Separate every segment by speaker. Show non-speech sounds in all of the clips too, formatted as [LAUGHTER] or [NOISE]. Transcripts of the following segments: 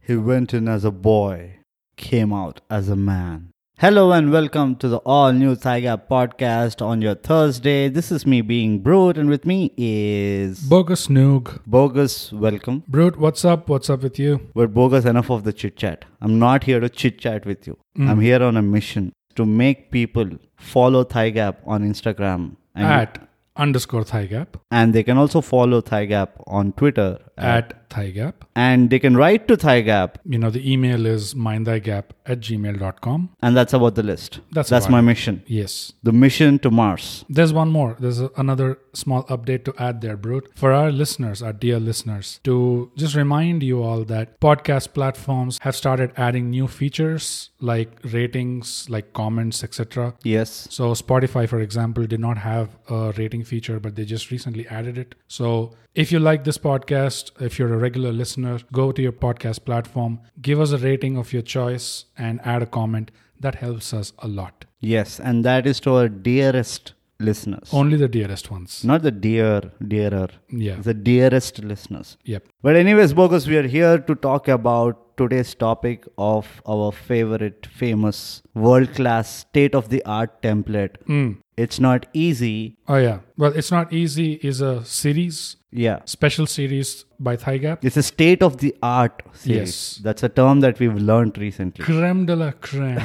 Speaker 1: He went in as a boy, came out as a man. Hello and welcome to the all new Saiga podcast on your Thursday. This is me being Brute, and with me is
Speaker 2: Bogus Noog.
Speaker 1: Bogus. Welcome.
Speaker 2: Brute, what's up? What's up with you?
Speaker 1: We're bogus enough of the chit chat. I'm not here to chit chat with you.
Speaker 2: Mm.
Speaker 1: I'm here on a mission to make people follow Thigh Gap on Instagram. And,
Speaker 2: At underscore thigh gap.
Speaker 1: and they can also follow Thigh Gap on Twitter. uh,
Speaker 2: At thigh gap.
Speaker 1: And they can write to Thigh Gap.
Speaker 2: You know, the email is mindthigap at gmail.com.
Speaker 1: And that's about the list.
Speaker 2: That's
Speaker 1: that's
Speaker 2: fine.
Speaker 1: my mission.
Speaker 2: Yes.
Speaker 1: The mission to Mars.
Speaker 2: There's one more. There's a- another small update to add there, Brute. For our listeners, our dear listeners, to just remind you all that podcast platforms have started adding new features like ratings, like comments, etc.
Speaker 1: Yes.
Speaker 2: So Spotify, for example, did not have a rating feature, but they just recently added it. So if you like this podcast, if you're a regular listener, go to your podcast platform, give us a rating of your choice, and add a comment. That helps us a lot.
Speaker 1: Yes. And that is to our dearest listeners.
Speaker 2: Only the dearest ones.
Speaker 1: Not the dear, dearer.
Speaker 2: Yeah.
Speaker 1: The dearest listeners.
Speaker 2: Yep.
Speaker 1: But anyways, Bogus, we are here to talk about today's topic of our favorite, famous, world-class, state-of-the-art template. It's not easy.
Speaker 2: Mm. Oh yeah. Well, it's not easy. Is a series,
Speaker 1: Yeah.
Speaker 2: special series by Thigh Gap.
Speaker 1: It's a state-of-the-art series.
Speaker 2: Yes.
Speaker 1: That's a term that we've learned recently.
Speaker 2: Creme de la creme.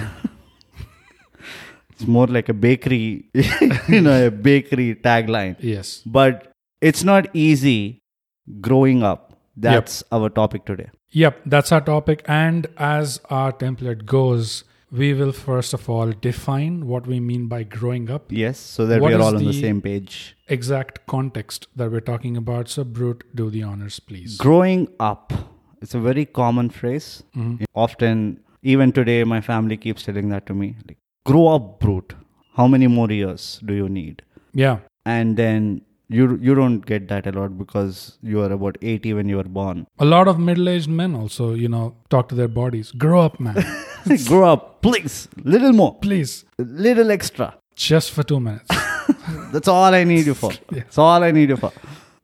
Speaker 2: [LAUGHS]
Speaker 1: It's more like a bakery, [LAUGHS] you know, a bakery tagline.
Speaker 2: yes.
Speaker 1: But it's not easy growing up. That's our topic today.
Speaker 2: Yep, that's our topic. And as our template goes, we will first of all define what we mean by growing up,
Speaker 1: Yes, so that
Speaker 2: What
Speaker 1: we are
Speaker 2: is
Speaker 1: all on the
Speaker 2: the-
Speaker 1: same page.
Speaker 2: exact context that we're talking about. So, Brute, do the honors, please.
Speaker 1: Growing up, it's a very common phrase. Often, even today, my family keeps telling that to me. Like, grow up, brute. How many more years do you need?
Speaker 2: Yeah,
Speaker 1: And then you you don't get that a lot because you are about 80 when you were born. [LAUGHS]
Speaker 2: a lot of middle aged men also, you know, talk to their bodies. Grow up, man.
Speaker 1: grow up, please. Little more.
Speaker 2: please.
Speaker 1: little extra.
Speaker 2: Just for two minutes.
Speaker 1: That's all I need you for. That's all I need you for.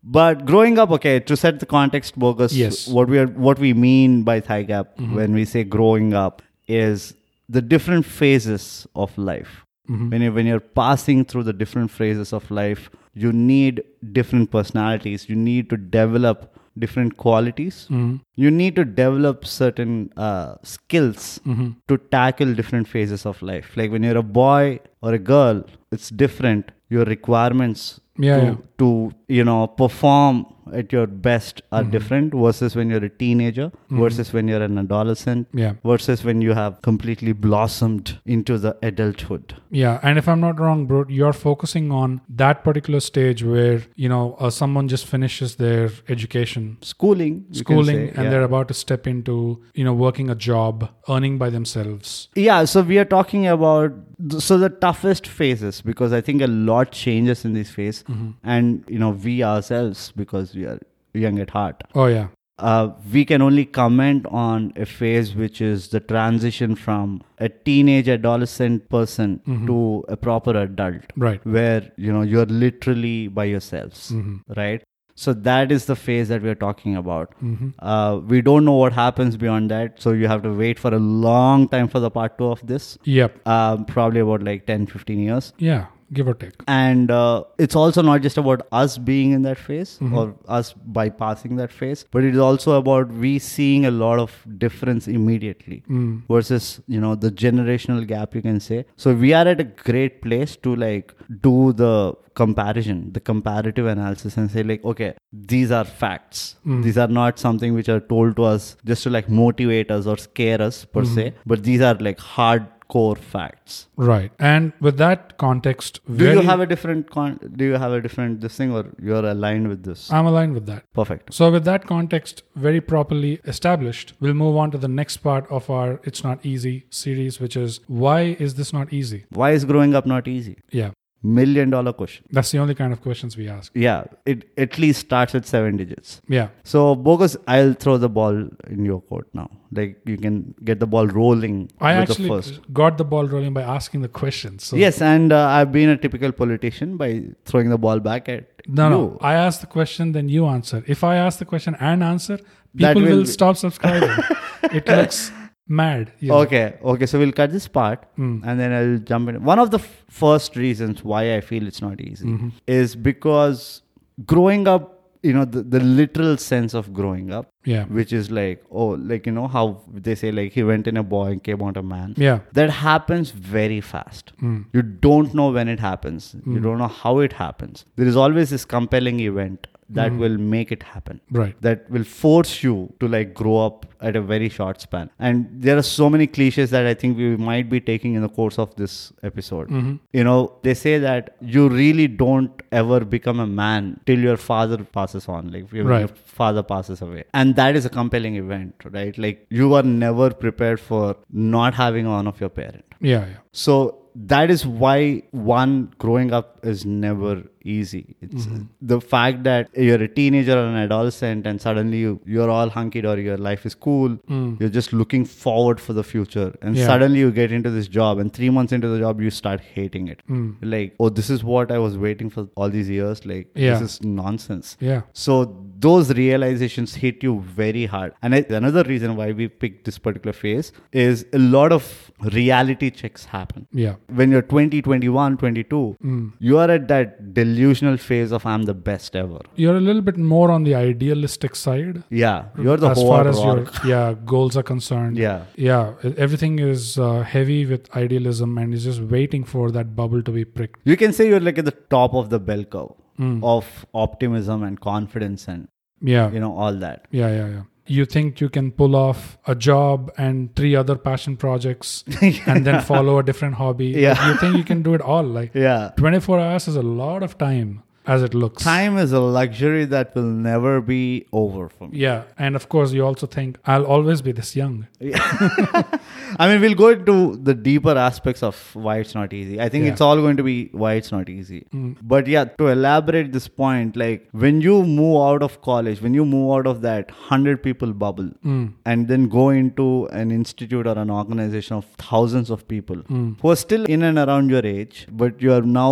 Speaker 1: But growing up, okay, to set the context, bogus.
Speaker 2: Yes. Mm-hmm.
Speaker 1: What we are, what we mean by thigh gap when we say growing up is the different phases of life.
Speaker 2: Mm-hmm.
Speaker 1: When you when you're passing through the different phases of life, you need different personalities. You need to develop different qualities.
Speaker 2: Mm-hmm.
Speaker 1: You need to develop certain uh, skills
Speaker 2: Mm-hmm.
Speaker 1: to tackle different phases of life. Like when you're a boy or a girl, it's different. Your requirements
Speaker 2: Yeah,
Speaker 1: to,
Speaker 2: yeah.
Speaker 1: to you know perform at your best are different versus when you're a teenager versus when you're an adolescent
Speaker 2: Yeah.
Speaker 1: versus when you have completely blossomed into the adulthood.
Speaker 2: Yeah, and if I'm not wrong, bro, you're focusing on that particular stage where, you know, uh, someone just finishes their education
Speaker 1: Schooling, you can
Speaker 2: schooling
Speaker 1: say,
Speaker 2: and
Speaker 1: yeah.
Speaker 2: they're about to step into you know working a job earning by themselves
Speaker 1: Yeah, so we are talking about th- so the toughest phases because I think a lot changes in this phase, and you know we ourselves because we are young at heart,
Speaker 2: oh yeah
Speaker 1: uh, we can only comment on a phase which is the transition from a teenage adolescent person to a proper adult,
Speaker 2: right
Speaker 1: where you know you're literally by yourselves, right? So that is the phase that we are talking about. Uh, we don't know what happens beyond that, so you have to wait for a long time for the part two of this
Speaker 2: yep
Speaker 1: um, probably about like 10 15 years
Speaker 2: yeah give or take
Speaker 1: and uh, it's also not just about us being in that phase or us bypassing that phase but it is also about we seeing a lot of difference immediately versus you know the generational gap you can say so we are at a great place to like do the comparison the comparative analysis and say like okay these are facts these are not something which are told to us just to like motivate us or scare us per se but these are like hardcore facts
Speaker 2: right and with that context
Speaker 1: do you
Speaker 2: very-
Speaker 1: have a different con- do you have a different this thing or you're aligned with this
Speaker 2: i'm aligned with that
Speaker 1: perfect
Speaker 2: so with that context very properly established we'll move on to the next part of our it's not easy series which is why is this not easy
Speaker 1: why is growing up not easy
Speaker 2: yeah
Speaker 1: million dollar question
Speaker 2: that's the only kind of questions we ask
Speaker 1: yeah it at least starts at seven digits
Speaker 2: yeah
Speaker 1: so bogus i'll throw the ball in your court now like you can get the ball rolling
Speaker 2: i
Speaker 1: with
Speaker 2: actually
Speaker 1: the first
Speaker 2: got the ball rolling by asking the questions so
Speaker 1: yes and uh, i've been a typical politician by throwing the ball back at
Speaker 2: No,
Speaker 1: you.
Speaker 2: no. I ask the question, then you answer. If I ask the question and answer,
Speaker 1: That
Speaker 2: People will,
Speaker 1: will-
Speaker 2: stop subscribing.
Speaker 1: [LAUGHS]
Speaker 2: it looks mad. you know.
Speaker 1: Okay, okay. So we'll cut this part and then I'll jump in. One of the f- first reasons why I feel it's not easy is because growing up, you know, the, the literal sense of growing up,
Speaker 2: Yeah.
Speaker 1: which is like, oh, like, you know, how they say, like, he went in a boy and came out a man.
Speaker 2: Yeah.
Speaker 1: That happens very fast. You don't know when it happens, you don't know how it happens. There is always this compelling event that will make it happen
Speaker 2: Right.
Speaker 1: that will force you to like grow up at a very short span and there are so many cliches that i think we might be taking in the course of this episode
Speaker 2: Mm-hmm.
Speaker 1: you know they say that you really don't ever become a man till your father passes on like when
Speaker 2: Right.
Speaker 1: your father passes away and that is a compelling event right like you are never prepared for not having one of your parent
Speaker 2: Yeah. Yeah.
Speaker 1: so that is why one growing up is never easy. It's
Speaker 2: Mm-hmm.
Speaker 1: the fact that you're a teenager or an adolescent and suddenly you, you're all hunky dory, your life is cool, you're just looking forward for the future. And
Speaker 2: Mm. Yeah.
Speaker 1: suddenly you get into this job, and three months into the job, you start hating it.
Speaker 2: Mm.
Speaker 1: Like, oh, this is what I was waiting for all these years. Like,
Speaker 2: Yeah.
Speaker 1: this is nonsense.
Speaker 2: Yeah.
Speaker 1: So those realizations hit you very hard. And I, another reason why we picked this particular phase is a lot of reality checks happen.
Speaker 2: Yeah.
Speaker 1: When you're 20, 21, 22,
Speaker 2: Hmm.
Speaker 1: you are at that delusional phase of I'm the best ever.
Speaker 2: You're a little bit more on the idealistic side.
Speaker 1: Yeah, you're the
Speaker 2: Hmm. as
Speaker 1: whole
Speaker 2: far as
Speaker 1: rock.
Speaker 2: your yeah goals are concerned
Speaker 1: Yeah.
Speaker 2: yeah e- everything is uh, heavy with idealism and is just waiting for that bubble to be pricked
Speaker 1: You can say you're like at the top of the bell curve
Speaker 2: Hmm.
Speaker 1: of optimism and confidence and
Speaker 2: yeah
Speaker 1: you know all that.
Speaker 2: yeah yeah yeah you think you can pull off a job and three other passion
Speaker 1: [LAUGHS]
Speaker 2: projects and then follow a different hobby
Speaker 1: Yeah.
Speaker 2: you think you can do it all like
Speaker 1: Yeah.
Speaker 2: 24 hours is a lot of time as it looks
Speaker 1: Time is a luxury that will never be over for me.
Speaker 2: yeah and of course you also think i'll always be this young
Speaker 1: I mean, we'll go into the deeper aspects of why it's not easy. I think
Speaker 2: Yeah.
Speaker 1: it's all going to be why it's not easy. But yeah, to elaborate this point, like when you move out of college, when you move out of that 100 people bubble and then go into an institute or an organization of thousands of people who are still in and around your age, but you are now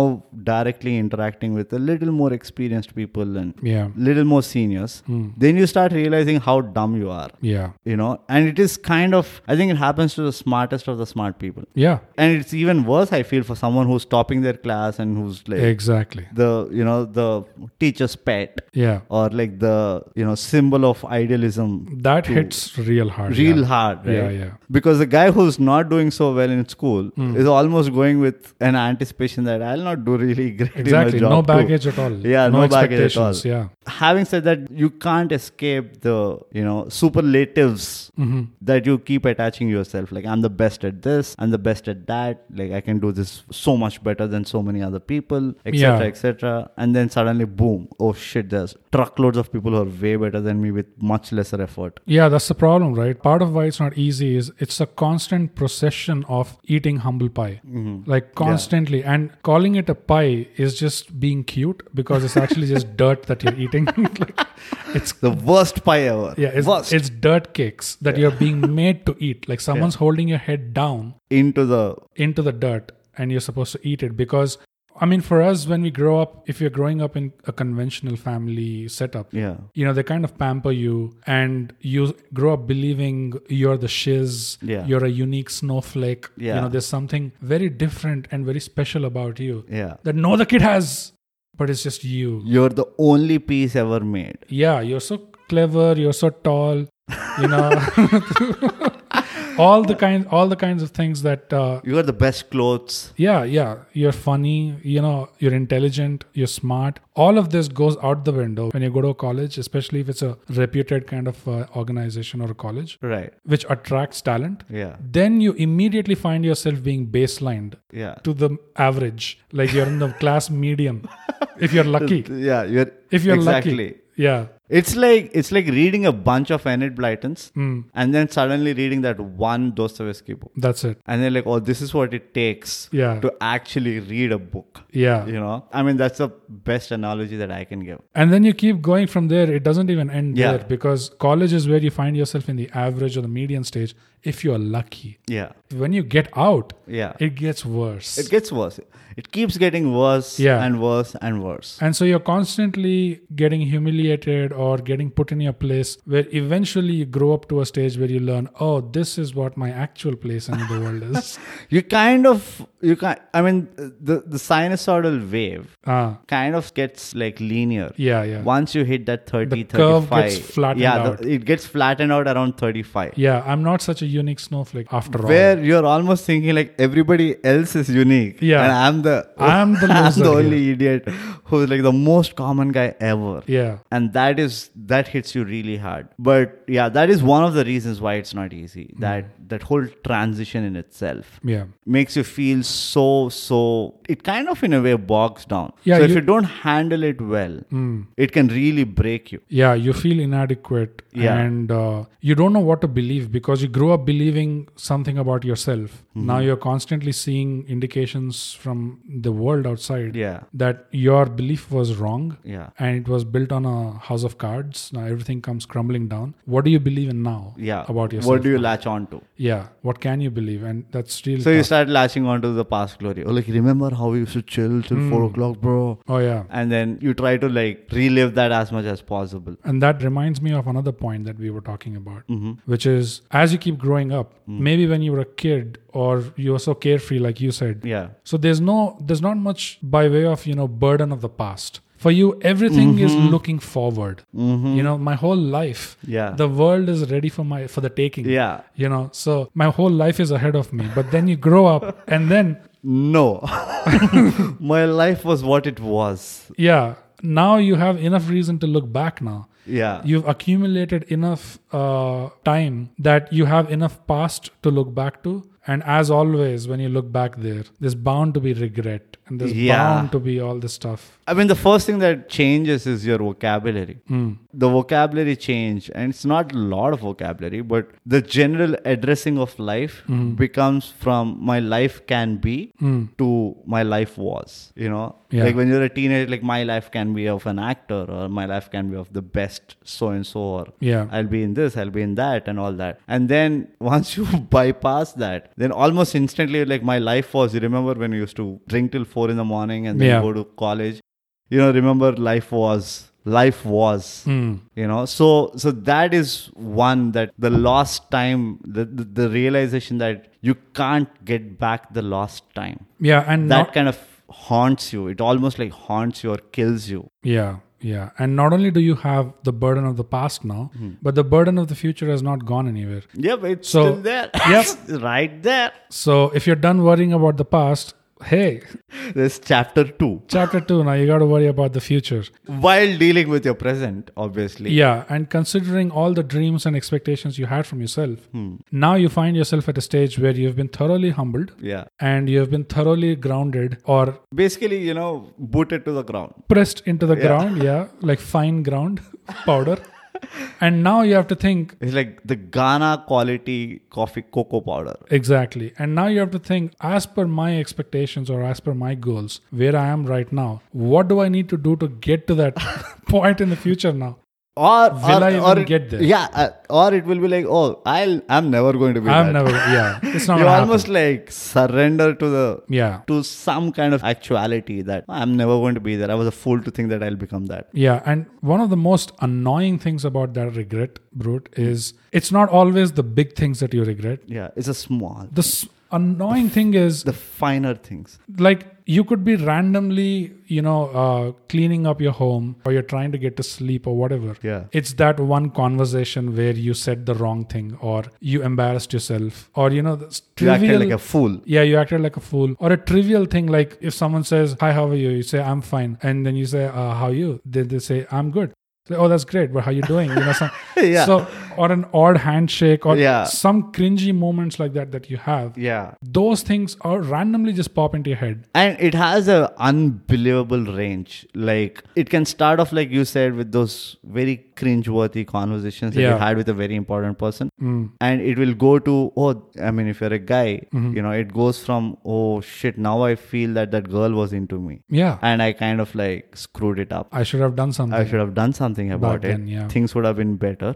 Speaker 1: directly interacting with a little more experienced people and
Speaker 2: yeah
Speaker 1: little more seniors, then you start realizing how dumb you are
Speaker 2: yeah
Speaker 1: you know and it is kind of i think it happens to the smartest of the smart people
Speaker 2: yeah
Speaker 1: and it's even worse i feel for someone who's topping their class and who's like
Speaker 2: exactly
Speaker 1: the you know the teacher's pet
Speaker 2: yeah
Speaker 1: or like the you know symbol of idealism
Speaker 2: that hits real hard
Speaker 1: real
Speaker 2: yeah.
Speaker 1: hard right?
Speaker 2: Yeah, Hmm. yeah.
Speaker 1: because the guy who's not doing so well in school is almost going with an anticipation that i'll not do really great
Speaker 2: exactly
Speaker 1: in my job
Speaker 2: no
Speaker 1: too."
Speaker 2: baggage at all
Speaker 1: yeah no, baggage at all
Speaker 2: expectations. yeah
Speaker 1: having said that you can't escape the you know superlatives
Speaker 2: Mm-hmm.
Speaker 1: that you keep attaching yourself like i'm the best at this i'm the best at that like i can do this so much better than so many other people etc
Speaker 2: Yeah.
Speaker 1: etc and then suddenly boom oh shit there's truckloads of people who are way better than me with much lesser effort
Speaker 2: yeah that's the problem right part of why it's not easy is it's a constant procession of eating humble pie like constantly and calling it a pie is just being cute because it's actually just dirt that you're eating [LAUGHS] like it's
Speaker 1: the worst pie ever
Speaker 2: yeah it's,
Speaker 1: worst
Speaker 2: it's dirt cakes that you're being made to eat like someone's holding your head down
Speaker 1: into the
Speaker 2: into the dirt and you're supposed to eat it because i mean for us when we grow up if you're growing up in a conventional family setup
Speaker 1: yeah
Speaker 2: you know they kind of pamper you and you grow up believing you're the shiz
Speaker 1: Yeah.
Speaker 2: you're a unique snowflake you
Speaker 1: Yeah.
Speaker 2: know there's something very different and very special about you
Speaker 1: yeah
Speaker 2: that no other kid has but it's just you
Speaker 1: you're the only piece ever made
Speaker 2: yeah you're so clever you're so tall you know [LAUGHS] all the kind all the kinds of things that uh,
Speaker 1: you're the best clothes
Speaker 2: yeah yeah you're funny you know you're intelligent you're smart all of this goes out the window when you go to a college especially if it's a reputed kind of uh, organization or a college
Speaker 1: right
Speaker 2: which attracts talent
Speaker 1: yeah
Speaker 2: then you immediately find yourself being baselined
Speaker 1: yeah
Speaker 2: to the average like you're
Speaker 1: [LAUGHS]
Speaker 2: in the class medium if you're lucky
Speaker 1: yeah you're
Speaker 2: if you're
Speaker 1: exactly
Speaker 2: lucky yeah
Speaker 1: It's like it's like reading a bunch of Enid Blytons
Speaker 2: Hmm.
Speaker 1: and then suddenly reading that one Dostoevsky book.
Speaker 2: that's it
Speaker 1: And they're like, oh, this is what it takes
Speaker 2: Yeah.
Speaker 1: to actually read a book.
Speaker 2: yeah
Speaker 1: You know? I mean that's the best analogy that I can give.
Speaker 2: And then you keep going from there. It doesn't even end
Speaker 1: Yeah.
Speaker 2: there because college is where you find yourself in the average or the median stage if you are lucky.
Speaker 1: Yeah.
Speaker 2: When you get out,
Speaker 1: Yeah. It,
Speaker 2: it gets worse.
Speaker 1: gets worse. It keeps getting worse
Speaker 2: Yeah.
Speaker 1: and worse and worse.
Speaker 2: and so you're constantly getting humiliated or getting put in your place where eventually you grow up to a stage where you learn, oh, this is what my actual place in the world
Speaker 1: [LAUGHS]
Speaker 2: is.
Speaker 1: You kind of you can I mean the the sinusoidal wave
Speaker 2: Ah,
Speaker 1: kind of gets like linear.
Speaker 2: yeah, yeah.
Speaker 1: Once you hit that 30
Speaker 2: The curve
Speaker 1: 35
Speaker 2: gets flattened
Speaker 1: yeah, the-
Speaker 2: out.
Speaker 1: it gets flattened out around 35.
Speaker 2: Yeah, I'm not such a unique snowflake after all.
Speaker 1: Where you're almost thinking like everybody else is unique,
Speaker 2: Yeah.
Speaker 1: and I'm the
Speaker 2: [LAUGHS] I'm the
Speaker 1: [LAUGHS] I'm
Speaker 2: loser
Speaker 1: the
Speaker 2: here.
Speaker 1: only idiot who's like the most common guy ever.
Speaker 2: Yeah.
Speaker 1: and that is that hits you really hard but yeah that is one of the reasons why it's not easy
Speaker 2: Hmm.
Speaker 1: that that whole transition in itself
Speaker 2: Yeah.
Speaker 1: makes you feel so so it kind of in a way bogs down
Speaker 2: Yeah,
Speaker 1: so if
Speaker 2: you-
Speaker 1: you don't handle it well it can really break you
Speaker 2: Hmm. Yeah, you feel inadequate
Speaker 1: Yeah.
Speaker 2: and uh, you don't know what to believe because you grow up believing something about yourself.
Speaker 1: Mm-hmm.
Speaker 2: Now you're constantly seeing indications from the world outside
Speaker 1: yeah
Speaker 2: that your belief was wrong
Speaker 1: yeah
Speaker 2: and it was built on a house of cards. Now everything comes crumbling down. What do you believe in now
Speaker 1: yeah
Speaker 2: about yourself?
Speaker 1: what do you latch on to
Speaker 2: yeah, what can you believe? And that's really
Speaker 1: so you
Speaker 2: tough.
Speaker 1: start latching on to the past glory oh like remember how we used to chill till
Speaker 2: Hmm.
Speaker 1: four o'clock bro
Speaker 2: oh yeah.
Speaker 1: and then you try to like relive that as much as possible
Speaker 2: And that reminds me of another point that we were talking about,
Speaker 1: Mm. Mm-hmm.
Speaker 2: which is as you keep growing up, maybe when you were a kid or you were so carefree, like you said.
Speaker 1: yeah
Speaker 2: So there's no, there's not much by way of you know burden of the past. For you, everything is
Speaker 1: Mm-hmm.
Speaker 2: looking forward. You know, my whole life,
Speaker 1: Yeah.
Speaker 2: the world is ready for my for the taking.
Speaker 1: yeah
Speaker 2: You know, so my whole life is ahead of me. But then you grow up,
Speaker 1: [LAUGHS]
Speaker 2: and then
Speaker 1: No.
Speaker 2: [LAUGHS]
Speaker 1: [LAUGHS] My life was what it was.
Speaker 2: yeah, now you have enough reason to look back now.
Speaker 1: Yeah.
Speaker 2: you've accumulated enough uh, time that you have enough past to look back to and as always when you look back there there's bound to be regret and there's
Speaker 1: Yeah.
Speaker 2: bound to be all this stuff
Speaker 1: I mean, the first thing that changes is your vocabulary. The vocabulary change, and it's not a lot of vocabulary, but the general addressing of life becomes from my life can be to my life was. You know,
Speaker 2: Yeah.
Speaker 1: like when you're a teenager, like my life can be of an actor, or my life can be of the best so and so, or
Speaker 2: Yeah.
Speaker 1: I'll be in this, I'll be in that, and all that. And then [LAUGHS] once you bypass that, then almost instantly, like my life was. You remember when we used to drink till four in the morning and then
Speaker 2: Yeah.
Speaker 1: go to college? You know, remember life was life was.
Speaker 2: Hmm.
Speaker 1: You know, so so that is one that the lost time, the, the the realization that you can't get back the lost time.
Speaker 2: yeah and
Speaker 1: That
Speaker 2: not,
Speaker 1: kind of haunts you. It almost like haunts you or kills you.
Speaker 2: yeah yeah and not only do you have the burden of the past now
Speaker 1: Hmm.
Speaker 2: but the burden of the future has not gone anywhere
Speaker 1: Yeah, but it's
Speaker 2: So-
Speaker 1: still there. [LAUGHS]
Speaker 2: Yep.
Speaker 1: right there.
Speaker 2: so if you're done worrying about the past hey
Speaker 1: There's chapter two.
Speaker 2: chapter 2 now you got to worry about the future
Speaker 1: while dealing with your present obviously
Speaker 2: Yeah, and considering all the dreams and expectations you had from yourself, now you find yourself at a stage where you've been thoroughly humbled
Speaker 1: yeah
Speaker 2: and you've been thoroughly grounded or
Speaker 1: basically you know booted to the ground
Speaker 2: pressed into the ground, yeah, like fine ground powder. and now you have to think
Speaker 1: it's like the ghana quality coffee cocoa powder
Speaker 2: exactly. And now you have to think as per my expectations or as per my goals, where I am right now, what do I need to do to get to that [LAUGHS] point in the future now?
Speaker 1: or or,
Speaker 2: Will I even
Speaker 1: or it-
Speaker 2: get there?
Speaker 1: yeah uh, or it will be like oh i'll i'm never going to be that.
Speaker 2: I'm never yeah,
Speaker 1: [LAUGHS]
Speaker 2: it's not
Speaker 1: you
Speaker 2: gonna happen.
Speaker 1: almost like surrender to the
Speaker 2: yeah.
Speaker 1: to some kind of actuality that "Oh, i'm never going to be there i was a fool to think that i'll become that
Speaker 2: Yeah, and one of the most annoying things about that regret, Brute, is it's not always the big things that you regret.
Speaker 1: yeah it's a small
Speaker 2: The s- annoying thing is
Speaker 1: the finer things
Speaker 2: like you could be randomly, you know, uh, cleaning up your home or you're trying to get to sleep or whatever.
Speaker 1: Yeah.
Speaker 2: It's that one conversation where you said the wrong thing or you embarrassed yourself or, you know, the
Speaker 1: you acted
Speaker 2: trivial-
Speaker 1: like a fool
Speaker 2: yeah, you acted like a fool. Or a trivial thing like if someone says, Hi, how are you? You say, I'm fine. And then you say, uh, How are you? Then they say, I'm good. Say, oh, that's great. But how you doing? You know, some,
Speaker 1: [LAUGHS] Yeah.
Speaker 2: So, or an odd handshake or
Speaker 1: Yeah.
Speaker 2: some cringy moments like that that you have.
Speaker 1: yeah
Speaker 2: Those things are randomly just pop into your head.
Speaker 1: and it has a unbelievable range like it can start off like you said with those very cringe-worthy conversations that you
Speaker 2: Yeah.
Speaker 1: had with a very important person and it will go to oh i mean if you're a guy
Speaker 2: Mm-hmm.
Speaker 1: you know it goes from oh shit now i feel that that girl was into me
Speaker 2: Yeah.
Speaker 1: and i kind of like screwed it up
Speaker 2: I should have done something.
Speaker 1: I should have done something about
Speaker 2: Back then,
Speaker 1: it.
Speaker 2: yeah.
Speaker 1: Things would have been
Speaker 2: Mm.
Speaker 1: better.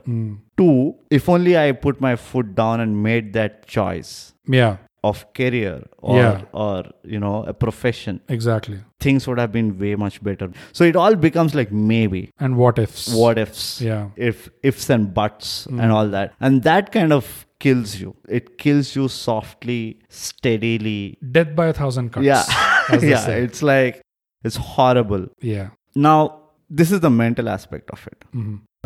Speaker 1: Two, if only I put my foot down and made that choice.
Speaker 2: yeah.
Speaker 1: of career or
Speaker 2: Yeah.
Speaker 1: or you know a profession
Speaker 2: Exactly.
Speaker 1: things would have been way much better so it all becomes like maybe
Speaker 2: And what ifs?
Speaker 1: what ifs
Speaker 2: Yeah. Hmm.
Speaker 1: if ifs and buts and all that and that kind of kills you it kills you softly steadily
Speaker 2: Death by a thousand cuts.
Speaker 1: yeah
Speaker 2: [LAUGHS] as they
Speaker 1: [LAUGHS] yeah
Speaker 2: say.
Speaker 1: it's like it's horrible
Speaker 2: Yeah. Mm-hmm.
Speaker 1: now this is the mental aspect of it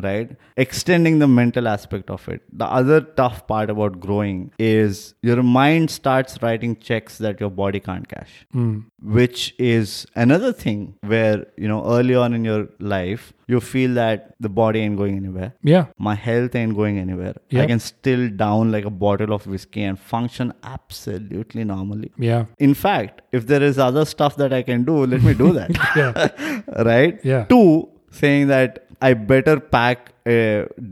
Speaker 1: right extending the mental aspect of it the other tough part about growing is your mind starts writing checks that your body can't cash
Speaker 2: Mm.
Speaker 1: which is another thing where you know early on in your life you feel that the body ain't going anywhere
Speaker 2: Yeah.
Speaker 1: my health ain't going anywhere i
Speaker 2: Yep.
Speaker 1: can still down like a bottle of whiskey and function absolutely normally
Speaker 2: Yeah.
Speaker 1: in fact if there is other stuff that i can do let me
Speaker 2: [LAUGHS]
Speaker 1: do that [LAUGHS]
Speaker 2: Yeah.
Speaker 1: right?
Speaker 2: Yeah.
Speaker 1: Two, saying that I better pack a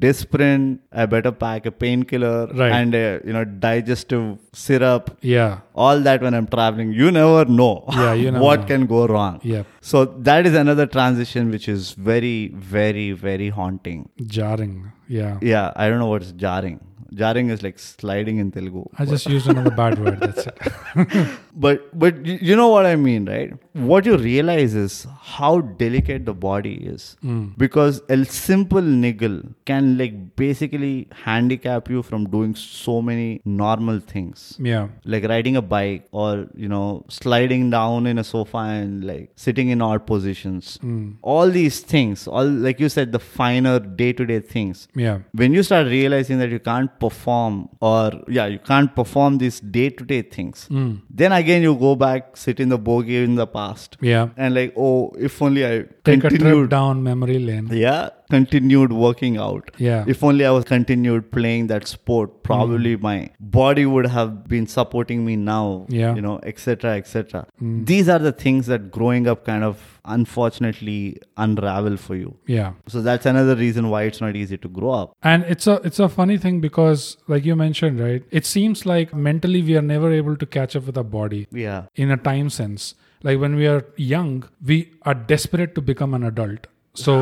Speaker 1: Disprin, I better pack a painkiller,
Speaker 2: Right.
Speaker 1: and a you know digestive syrup.
Speaker 2: yeah.
Speaker 1: All that when I'm traveling, you never know
Speaker 2: Yeah,
Speaker 1: [LAUGHS]
Speaker 2: you never
Speaker 1: what
Speaker 2: know.
Speaker 1: can go wrong.
Speaker 2: Yep.
Speaker 1: So that is another transition which is very, very, very haunting.
Speaker 2: Jarring. Yeah.
Speaker 1: Yeah, I don't know what's jarring. Jarring is like sliding in Telugu.
Speaker 2: I just used another bad word. That's it. [LAUGHS]
Speaker 1: But but y- you know what I mean, right? What you realize is how delicate the body is
Speaker 2: Hmm.
Speaker 1: because a simple niggle can like basically handicap you from doing so many normal things.
Speaker 2: Yeah.
Speaker 1: Like riding a bike or, you know, sliding down in a sofa and like sitting in odd positions.
Speaker 2: Mm.
Speaker 1: All these things, all like you said, the finer day to day things
Speaker 2: Yeah.
Speaker 1: when you start realizing that you can't perform or yeah you can't perform these day-to-day things
Speaker 2: Mm.
Speaker 1: then again you go back sit in the bogey in the past
Speaker 2: Yeah.
Speaker 1: and like oh if only i
Speaker 2: Take a trip
Speaker 1: continued
Speaker 2: down memory lane.
Speaker 1: yeah continued working out
Speaker 2: Yeah.
Speaker 1: if only i was continued playing that
Speaker 2: Hmm.
Speaker 1: sport probably my body would have been supporting me now
Speaker 2: Yeah. Hmm.
Speaker 1: you know etc etc these are the things that growing up kind of unfortunately unravel for you
Speaker 2: Yeah.
Speaker 1: so that's another reason why it's not easy to grow up
Speaker 2: And it's a it's a funny thing because like you mentioned, right? It seems like mentally we are never able to catch up with our body.
Speaker 1: yeah
Speaker 2: in a time sense. Like when we are young, we are desperate to become an adult. So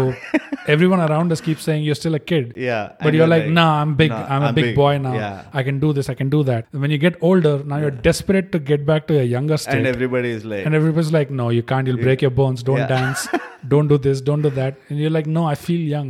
Speaker 2: everyone around us keeps saying, You're still a kid.
Speaker 1: Yeah.
Speaker 2: But
Speaker 1: and
Speaker 2: you're, like, Nah, I'm big.
Speaker 1: "Nah,
Speaker 2: I'm, a big, boy now.
Speaker 1: Yeah.
Speaker 2: I can do this. I can do that. And when you get older, now you're desperate to get back to your younger state.
Speaker 1: And everybody is like,
Speaker 2: And everybody's like, no, you can't. You'll break your bones. Don't
Speaker 1: Yeah.
Speaker 2: dance.
Speaker 1: [LAUGHS]
Speaker 2: don't do this. Don't do that. And you're like, no, I feel young.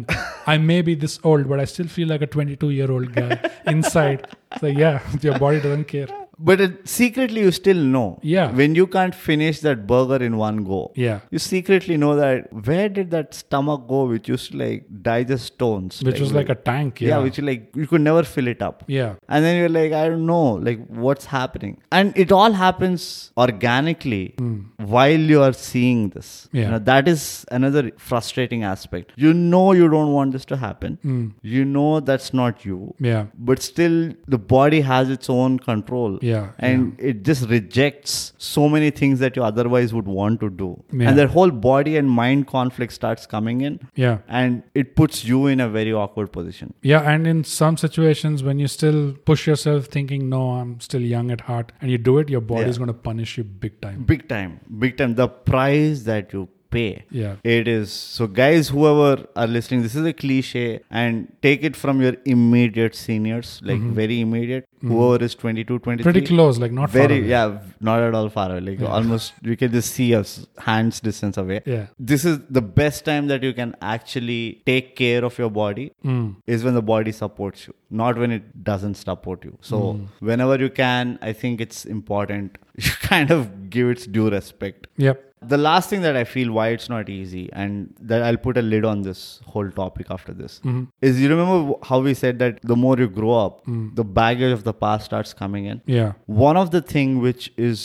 Speaker 2: I may be this old, but I still feel like a 22 year old
Speaker 1: [LAUGHS]
Speaker 2: guy inside. So yeah, your body doesn't care.
Speaker 1: but it, secretly you still know.
Speaker 2: Yeah.
Speaker 1: When you can't finish that burger in one go.
Speaker 2: Yeah.
Speaker 1: You secretly know that where did that stomach go, which used to like digest stones,
Speaker 2: Which was like a tank.
Speaker 1: yeah, which you like you could never fill it up.
Speaker 2: Yeah.
Speaker 1: And then you're like, I don't know, like what's happening. And it all happens organically
Speaker 2: Hmm.
Speaker 1: while you are seeing this.
Speaker 2: Yeah.
Speaker 1: You know, that is another frustrating aspect. You know you don't want this to happen.
Speaker 2: Mm.
Speaker 1: You know that's not you.
Speaker 2: Hmm. Yeah.
Speaker 1: But still the body has its own control.
Speaker 2: Yeah,
Speaker 1: And it just rejects so many things that you otherwise would want to do.
Speaker 2: Yeah.
Speaker 1: And that whole body and mind conflict starts coming in.
Speaker 2: Yeah.
Speaker 1: And it puts you in a very awkward position.
Speaker 2: Yeah. And in some situations, when you still push yourself thinking, no, I'm still young at heart, and you do it, your body is
Speaker 1: Yeah. Mm.
Speaker 2: going to punish you big time.
Speaker 1: big time big time the price that you pay
Speaker 2: Yeah.
Speaker 1: it is so guys whoever are listening this is a cliche and take it from your immediate seniors like very immediate whoever is 22 23
Speaker 2: Mm-hmm. Pretty close, like not
Speaker 1: very
Speaker 2: far away.
Speaker 1: yeah not at all far away like almost you can just see us hands distance away
Speaker 2: Yeah.
Speaker 1: this is the best time that you can actually take care of your body
Speaker 2: Hmm.
Speaker 1: is when the body supports you not when it doesn't support you so
Speaker 2: Hmm.
Speaker 1: whenever you can i think it's important [LAUGHS] you kind of give its due respect
Speaker 2: Yep.
Speaker 1: the last thing that I feel why it's not easy, and that I'll put a lid on this whole topic after this,
Speaker 2: Mm-hmm.
Speaker 1: is you remember how we said that the more you grow up,
Speaker 2: Mm.
Speaker 1: the baggage of the past starts coming in.
Speaker 2: Yeah.
Speaker 1: One of the thing which is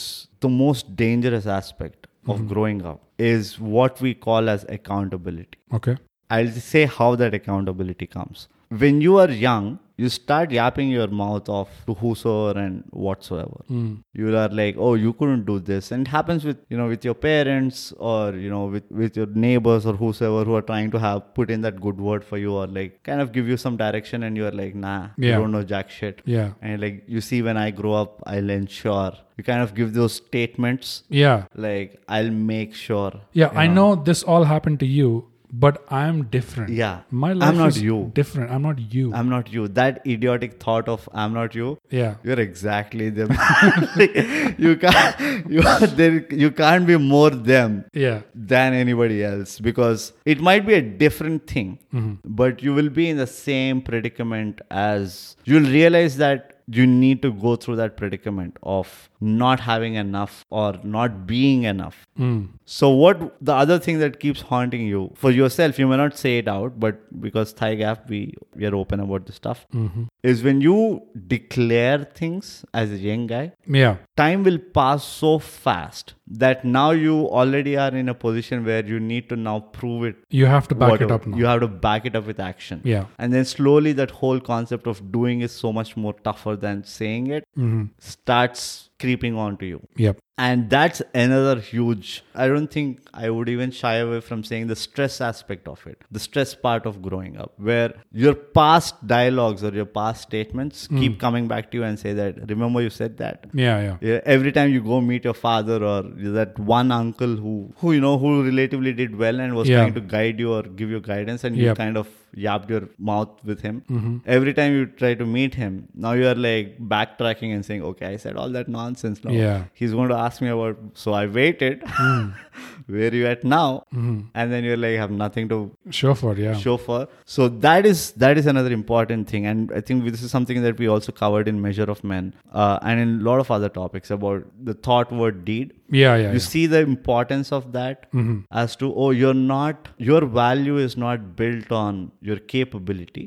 Speaker 1: the most dangerous aspect of growing up is what we call as accountability.
Speaker 2: Okay.
Speaker 1: I'll say how that accountability comes. When you are young, you start yapping your mouth off to whosoever and whatsoever. You are like, oh, you couldn't do this, and it happens with you know with your parents or you know with with your neighbors or whosoever who are trying to have put in that good word for you or like kind of give you some direction, and you are like, nah, you
Speaker 2: Yeah.
Speaker 1: don't know jack shit.
Speaker 2: Yeah.
Speaker 1: And like you see, when I grow up, I'll ensure you kind of give those statements
Speaker 2: Yeah.
Speaker 1: like I'll make sure.
Speaker 2: Yeah. I know this all happened to you, but I'm different.
Speaker 1: Yeah.
Speaker 2: My
Speaker 1: I'm
Speaker 2: life
Speaker 1: not
Speaker 2: is
Speaker 1: you.
Speaker 2: different. I'm not you.
Speaker 1: I'm not you. That idiotic thought of I'm not you.
Speaker 2: yeah.
Speaker 1: You're exactly them. [LAUGHS] Like, you can't. You are there, You can't be more them
Speaker 2: Yeah.
Speaker 1: than anybody else because it might be a different thing, but you will be in the same predicament as you'll realize that you need to go through that predicament of not having enough or not being enough. So what the other thing that keeps haunting you for yourself, you may not say it out, but because thigh gap, we we are open about this stuff. Is when you declare things as a young guy,
Speaker 2: Yeah.
Speaker 1: time will pass so fast that now you already are in a position where you need to now prove it.
Speaker 2: You have to back it
Speaker 1: whatever.
Speaker 2: up now.
Speaker 1: You have to back it up with action.
Speaker 2: Yeah.
Speaker 1: And then slowly that whole concept of doing is so much more tougher than saying it
Speaker 2: Mm-hmm.
Speaker 1: starts creeping onto you.
Speaker 2: Yep.
Speaker 1: And that's another huge. I don't think I would even shy away from saying the stress aspect of it, the stress part of growing up, where your past dialogues or your past statements
Speaker 2: Mm.
Speaker 1: keep coming back to you and say that, remember you said that.
Speaker 2: Yeah. Yeah.
Speaker 1: Yeah, every time you go meet your father or that one uncle who, who you know who relatively did well and was
Speaker 2: Yeah.
Speaker 1: trying to guide you or give you guidance and you
Speaker 2: Yep. Mm-hmm.
Speaker 1: kind of yapped your mouth with him every time you try to meet him now you are like backtracking and saying okay i said all that nonsense now
Speaker 2: Yeah. Hmm.
Speaker 1: he's going to ask me about so i waited [LAUGHS] where you at now
Speaker 2: Mm-hmm.
Speaker 1: and then you're like have nothing to
Speaker 2: Sure for yeah.
Speaker 1: show for so that is that is another important thing and i think this is something that we also covered in measure of men uh, and in a lot of other topics about the thought word deed
Speaker 2: Yeah. Yeah.
Speaker 1: you
Speaker 2: yeah. Mm-hmm.
Speaker 1: see the importance of that as to oh you're not your value is not built on your capability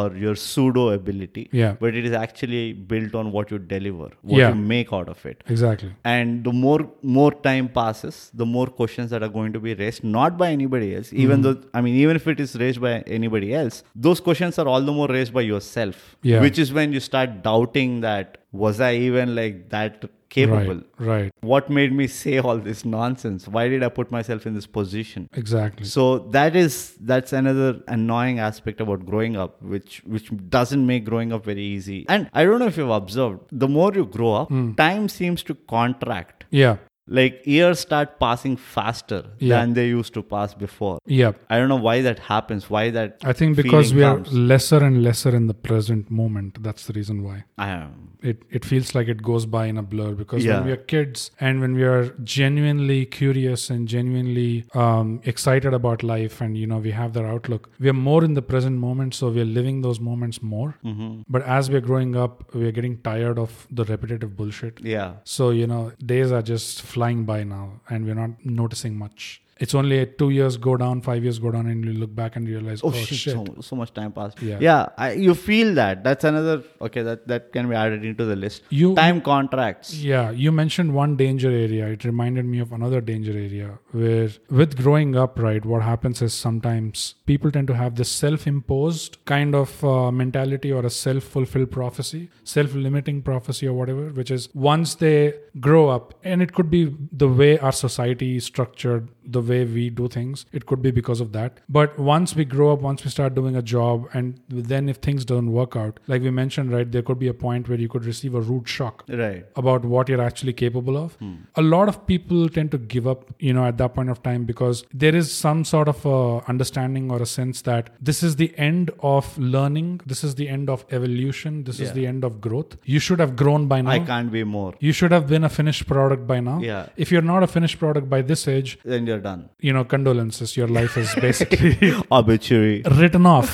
Speaker 1: or your pseudo ability
Speaker 2: Mm. Yeah.
Speaker 1: but it is actually built on what you deliver what
Speaker 2: Yeah.
Speaker 1: you make out of it
Speaker 2: Exactly.
Speaker 1: and the more more time passes the more questions that are going to be raised not by anybody else
Speaker 2: Mm-hmm.
Speaker 1: even though i mean even if it is raised by anybody else those questions are all the more raised by yourself
Speaker 2: Yeah.
Speaker 1: which is when you start doubting that was i even like that capable
Speaker 2: Right. Right.
Speaker 1: what made me say all this nonsense why did i put myself in this
Speaker 2: Mm-hmm.
Speaker 1: position
Speaker 2: Exactly.
Speaker 1: so that is that's another annoying aspect about growing up which which doesn't make growing up very easy and i don't know if you've observed the more you grow up
Speaker 2: Mm.
Speaker 1: time seems to contract
Speaker 2: Yeah.
Speaker 1: like years start passing faster
Speaker 2: Yeah.
Speaker 1: than they used to pass before
Speaker 2: Yeah.
Speaker 1: i don't know why that happens why that
Speaker 2: I think because
Speaker 1: feeling
Speaker 2: we are
Speaker 1: comes.
Speaker 2: lesser and lesser in the present moment. That's the reason why.
Speaker 1: I am-
Speaker 2: it, it feels like it goes by in a blur because
Speaker 1: Yeah.
Speaker 2: when we are kids and when we are genuinely curious and genuinely um, excited about life and you know we have that outlook we are more in the present moment so we are living those moments more
Speaker 1: mm-hmm.
Speaker 2: but as we're growing up we are getting tired of the repetitive bullshit
Speaker 1: yeah
Speaker 2: so you know days are just flying by now and we're not noticing much it's only two years go down five years go down and you look back and realize oh,
Speaker 1: oh, shit,
Speaker 2: shit.
Speaker 1: So, so much time passed
Speaker 2: Yeah.
Speaker 1: yeah, I, you feel that that's another okay that that can be added into the list
Speaker 2: You-
Speaker 1: time contracts
Speaker 2: Yeah, you mentioned one danger area. It reminded me of another danger area where, with growing up, right, what happens is sometimes people tend to have this self imposed kind of uh, mentality or a self fulfilled prophecy, self limiting prophecy, or whatever, which is once they grow up, and it could be the way our society is structured, the way we do things, it could be because of that. But once we grow up, once we start doing a job, and then if things don't work out, like we mentioned, right, there could be a point where you could receive a rude shock
Speaker 1: right
Speaker 2: about what you're actually capable of.
Speaker 1: Hmm.
Speaker 2: A lot of people tend to give up, you know, at that point of time because there is some sort of a understanding or a sense that this is the end of learning, this is the end of evolution, this is
Speaker 1: Yeah.
Speaker 2: the end of growth. You should have grown by now.
Speaker 1: i can't be more
Speaker 2: You should have been a finished product by now.
Speaker 1: Yeah.
Speaker 2: If you're not a finished product by this age,
Speaker 1: then you're done [LAUGHS]
Speaker 2: you know, condolences. Your life is basically [LAUGHS]
Speaker 1: obituary
Speaker 2: written
Speaker 1: [LAUGHS]
Speaker 2: off.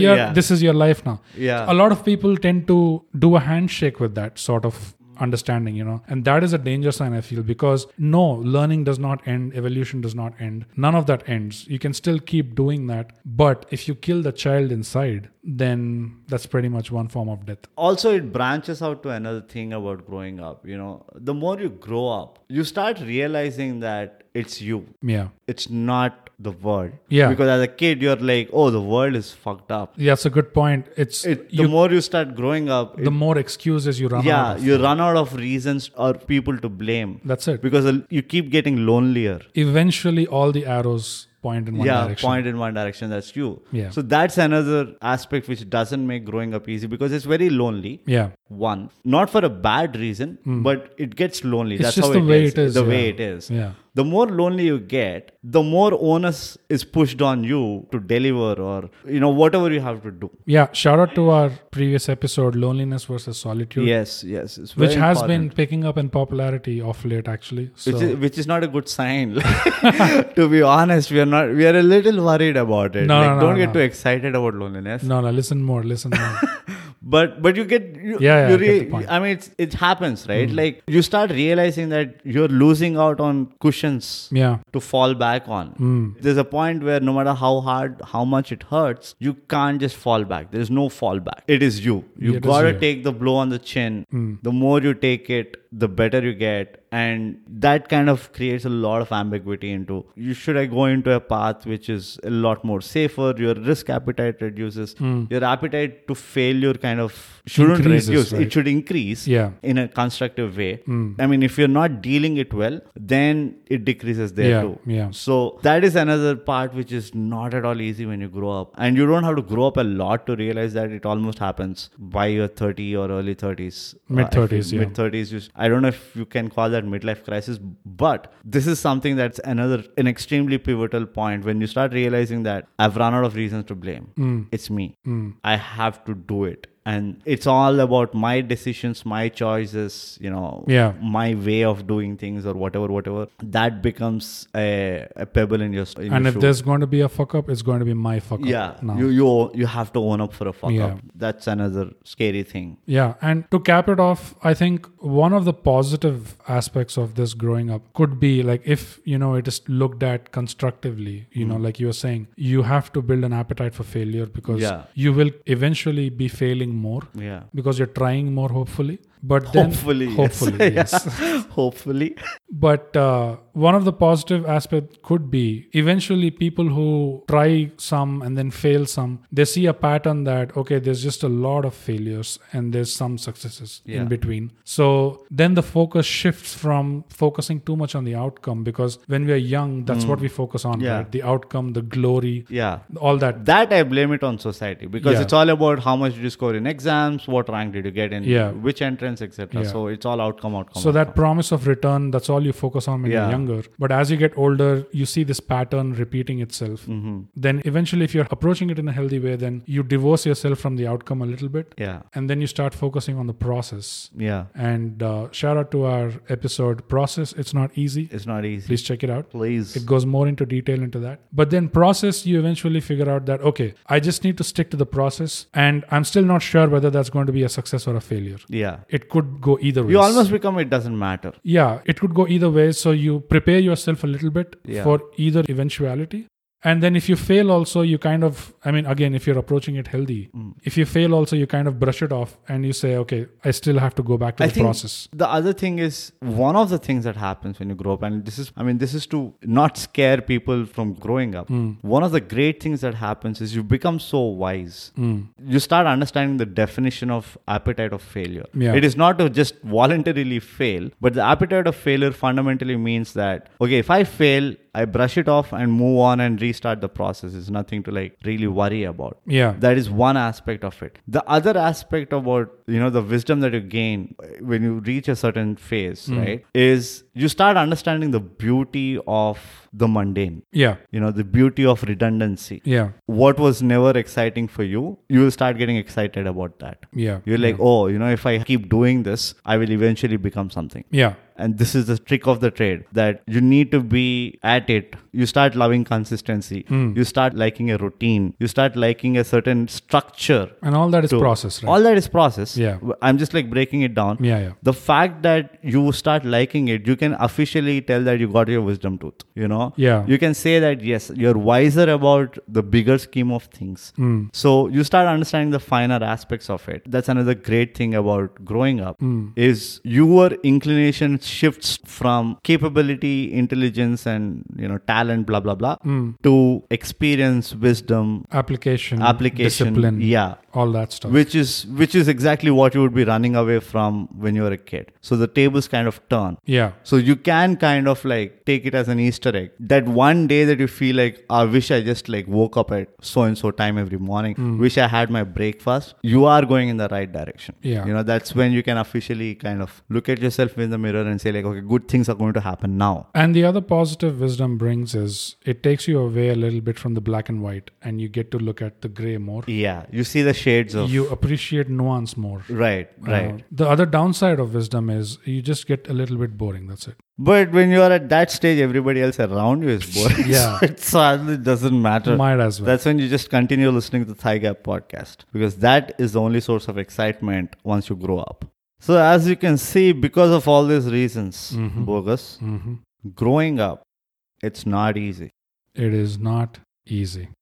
Speaker 2: You're-
Speaker 1: Yeah.
Speaker 2: This is your life now.
Speaker 1: Yeah.
Speaker 2: A lot of people tend to do a handshake with that sort of understanding, you know, and that is a danger sign, I feel, because no, learning does not end, evolution does not end, none of that ends. You can still keep doing that. But if you kill the child inside, then that's pretty much one form of death.
Speaker 1: also it branches out to another thing about growing up you know the more you grow up you start realizing that it's you
Speaker 2: Yeah.
Speaker 1: it's not the world
Speaker 2: Yeah.
Speaker 1: because as a kid you're like oh the world is fucked up
Speaker 2: Yeah, that's a good point. It's
Speaker 1: it, the
Speaker 2: you,
Speaker 1: more you start growing up it-
Speaker 2: the more excuses you run out
Speaker 1: yeah
Speaker 2: of.
Speaker 1: you run out of reasons or people to blame
Speaker 2: That's it.
Speaker 1: because uh, you keep getting lonelier
Speaker 2: Eventually, all the arrows point in one
Speaker 1: yeah,
Speaker 2: direction.
Speaker 1: point in one direction. That's you.
Speaker 2: Yeah.
Speaker 1: So that's another aspect which doesn't make growing up easy because it's very lonely.
Speaker 2: Yeah.
Speaker 1: One, not for a bad reason, but it gets lonely.
Speaker 2: Hmm. It's
Speaker 1: that's
Speaker 2: just
Speaker 1: how
Speaker 2: the
Speaker 1: it
Speaker 2: way
Speaker 1: is.
Speaker 2: it is,
Speaker 1: The
Speaker 2: yeah.
Speaker 1: way it is.
Speaker 2: Yeah.
Speaker 1: the more lonely you get, the more onus is pushed on you to deliver or, you know, whatever you have to do.
Speaker 2: Yeah, shout out to our previous episode, Loneliness versus Solitude,
Speaker 1: Yes, yes. It's
Speaker 2: Hmm. which
Speaker 1: very
Speaker 2: has
Speaker 1: important.
Speaker 2: been picking up in popularity of late, actually. So,
Speaker 1: Which is, which is not a good
Speaker 2: [LAUGHS]
Speaker 1: sign. [LAUGHS] to be honest, we are not. We are a little worried about it.
Speaker 2: No,
Speaker 1: like,
Speaker 2: no,
Speaker 1: don't
Speaker 2: no,
Speaker 1: get
Speaker 2: no.
Speaker 1: too excited about loneliness.
Speaker 2: no, no, listen more, listen more. [LAUGHS]
Speaker 1: but but you get you,
Speaker 2: Yeah, yeah,
Speaker 1: you
Speaker 2: I get the point. Hmm.
Speaker 1: I mean it's, it happens right like you start realizing that you're losing out on cushions
Speaker 2: yeah.
Speaker 1: to fall back on
Speaker 2: Hmm.
Speaker 1: there's a point where no matter how hard how much it hurts you can't just fall back there's no fall back it is you you
Speaker 2: It is
Speaker 1: gotta
Speaker 2: you. Hmm.
Speaker 1: take the blow on the chin the more you take it the better you get and that kind of creates a lot of ambiguity into you should i go into a path which is a lot more safer your risk appetite reduces your appetite to failure kind of shouldn't
Speaker 2: Hmm. Increases,
Speaker 1: reduce
Speaker 2: right?
Speaker 1: it should increase
Speaker 2: Yeah. Hmm.
Speaker 1: in a constructive way i mean if you're not dealing it well then it decreases there
Speaker 2: Yeah,
Speaker 1: too
Speaker 2: yeah.
Speaker 1: so that is another part which is not at all easy when you grow up. And you don't have to grow up a lot to realize that it almost happens by your 30 or early 30s.
Speaker 2: Mid-thirties, yeah.
Speaker 1: Mid 30s. You, s- I don't know if you can call that midlife crisis, but this is something that's another, an extremely pivotal point when you start realizing that I've run out of reasons to blame.
Speaker 2: Hmm.
Speaker 1: It's me. I have to do it. And it's all about my decisions, my choices, you know,
Speaker 2: Yeah.
Speaker 1: my way of doing things or whatever, whatever, that becomes a, a pebble in your, in
Speaker 2: And
Speaker 1: your
Speaker 2: if
Speaker 1: shoe.
Speaker 2: there's going to be a fuck up, it's going to be my fuck up.
Speaker 1: yeah,
Speaker 2: now.
Speaker 1: you you you have to own up for a fuck
Speaker 2: Yeah.
Speaker 1: up. That's another scary thing.
Speaker 2: Yeah, and to cap it off, I think one of the positive aspects of this growing up could be like if you know it is looked at constructively, you
Speaker 1: Mm.
Speaker 2: know, like you were saying, you have to build an appetite for failure because
Speaker 1: Yeah.
Speaker 2: you will eventually be failing more
Speaker 1: Yeah,
Speaker 2: [LAUGHS] because you're trying more, hopefully. But then,
Speaker 1: Hopefully, yes.
Speaker 2: hopefully,
Speaker 1: [LAUGHS] Yeah.
Speaker 2: yes.
Speaker 1: hopefully.
Speaker 2: But uh, one of the positive aspect could be eventually people who try some and then fail some, they see a pattern that okay, there's just a lot of failures and there's some successes
Speaker 1: Yeah.
Speaker 2: in between. So then the focus shifts from focusing too much on the outcome because when we are young, that's what we focus on,
Speaker 1: Mm. Yeah.
Speaker 2: right? The outcome, the glory,
Speaker 1: Yeah,
Speaker 2: all that.
Speaker 1: that I blame it on society because
Speaker 2: Yeah.
Speaker 1: it's all about how much did you score in exams, what rank did you get in,
Speaker 2: Yeah.
Speaker 1: which entrance, etc.
Speaker 2: Yeah.
Speaker 1: So it's all outcome, outcome.
Speaker 2: So that promise of return, that's all you focus on when you're
Speaker 1: Yeah.
Speaker 2: younger. But as you get older, you see this pattern repeating itself.
Speaker 1: Mm-hmm.
Speaker 2: Then eventually, if you're approaching it in a healthy way, then you divorce yourself from the outcome a little bit.
Speaker 1: yeah,
Speaker 2: And then you start focusing on the process.
Speaker 1: yeah,
Speaker 2: And uh, shout out to our episode, Process It's Not Easy.
Speaker 1: it's not easy.
Speaker 2: Please check it out.
Speaker 1: Please,
Speaker 2: It goes more into detail into that. But then process, you eventually figure out that, okay, I just need to stick to the process. And I'm still not sure whether that's going to be a success or a failure.
Speaker 1: yeah.
Speaker 2: It could go either way.
Speaker 1: You almost become it doesn't matter.
Speaker 2: Yeah, it could go either way. So you prepare yourself a little bit
Speaker 1: Yeah.
Speaker 2: for either eventuality. And then if you fail, also, you kind of, I mean, again, if you're approaching it healthy,
Speaker 1: Mm.
Speaker 2: if you fail, also, you kind of brush it off and you say, okay, I still have to go back to
Speaker 1: I
Speaker 2: the
Speaker 1: think
Speaker 2: process.
Speaker 1: The other thing is one of the things that happens when you grow up, and this is, I mean, this is to not scare people from growing up.
Speaker 2: Hmm.
Speaker 1: One of the great things that happens is you become so wise.
Speaker 2: Mm.
Speaker 1: You start understanding the definition of appetite of failure.
Speaker 2: Yeah.
Speaker 1: It is not to just voluntarily fail, but the appetite of failure fundamentally means that, okay, if I fail, I brush it off and move on and restart the process. It's nothing to like really worry about
Speaker 2: Yeah.
Speaker 1: that is one aspect of it the other aspect about you know the wisdom that you gain uh, when you reach a certain phase right is you start understanding the beauty of the mundane
Speaker 2: Yeah.
Speaker 1: you know the beauty of redundancy
Speaker 2: Yeah.
Speaker 1: what was never exciting for you you will start getting excited about that
Speaker 2: Yeah.
Speaker 1: you're like oh you know if i keep doing this i will eventually become something
Speaker 2: Yeah.
Speaker 1: and this is the trick of the trade that you need to be at it you start loving consistency
Speaker 2: Hmm.
Speaker 1: you start liking a routine you start liking a certain structure
Speaker 2: And all that is
Speaker 1: to-
Speaker 2: process, right?
Speaker 1: all that is process
Speaker 2: Yeah.
Speaker 1: i'm just like breaking it down
Speaker 2: yeah. Yeah.
Speaker 1: the fact that you start liking it you can officially tell that you got your wisdom tooth you know
Speaker 2: Yeah.
Speaker 1: you can say that yes you're wiser about the bigger scheme of things
Speaker 2: Hmm.
Speaker 1: so you start understanding the finer aspects of it that's another great thing about growing up
Speaker 2: Hmm.
Speaker 1: is your inclination shifts from capability intelligence and you know talent
Speaker 2: Hmm.
Speaker 1: blah blah blah to experience wisdom
Speaker 2: Application,
Speaker 1: application
Speaker 2: Hmm. discipline,
Speaker 1: yeah
Speaker 2: all that stuff.
Speaker 1: which is which is exactly what you would be running away from when you were a kid so the tables kind of turn
Speaker 2: yeah.
Speaker 1: so you can kind of like take it as an easter egg that one day that you feel like i wish i just like woke up at so and so time every morning
Speaker 2: Mm.
Speaker 1: wish i had my breakfast you are going in the right direction
Speaker 2: Yeah.
Speaker 1: you know that's when you can officially kind of look at yourself in the mirror and say like okay good things are going to happen now
Speaker 2: And the other positive wisdom brings is it takes you away a little bit from the black and white and you get to look at the gray more.
Speaker 1: yeah you see the shades of
Speaker 2: You appreciate nuance more.
Speaker 1: right right
Speaker 2: Uh, the other downside of wisdom is you just get a little bit boring. That's it.
Speaker 1: But when you are at that stage, everybody else around you is boring.
Speaker 2: [LAUGHS] Yeah.
Speaker 1: [LAUGHS] so it sadly doesn't matter.
Speaker 2: Might as well.
Speaker 1: That's when you just continue listening to Thigh Gap podcast because that is the only source of excitement once you grow up. So, as you can see, because of all these reasons,
Speaker 2: Mm-hmm.
Speaker 1: bogus,
Speaker 2: Mhm.
Speaker 1: growing up, it's not easy.
Speaker 2: It is not easy.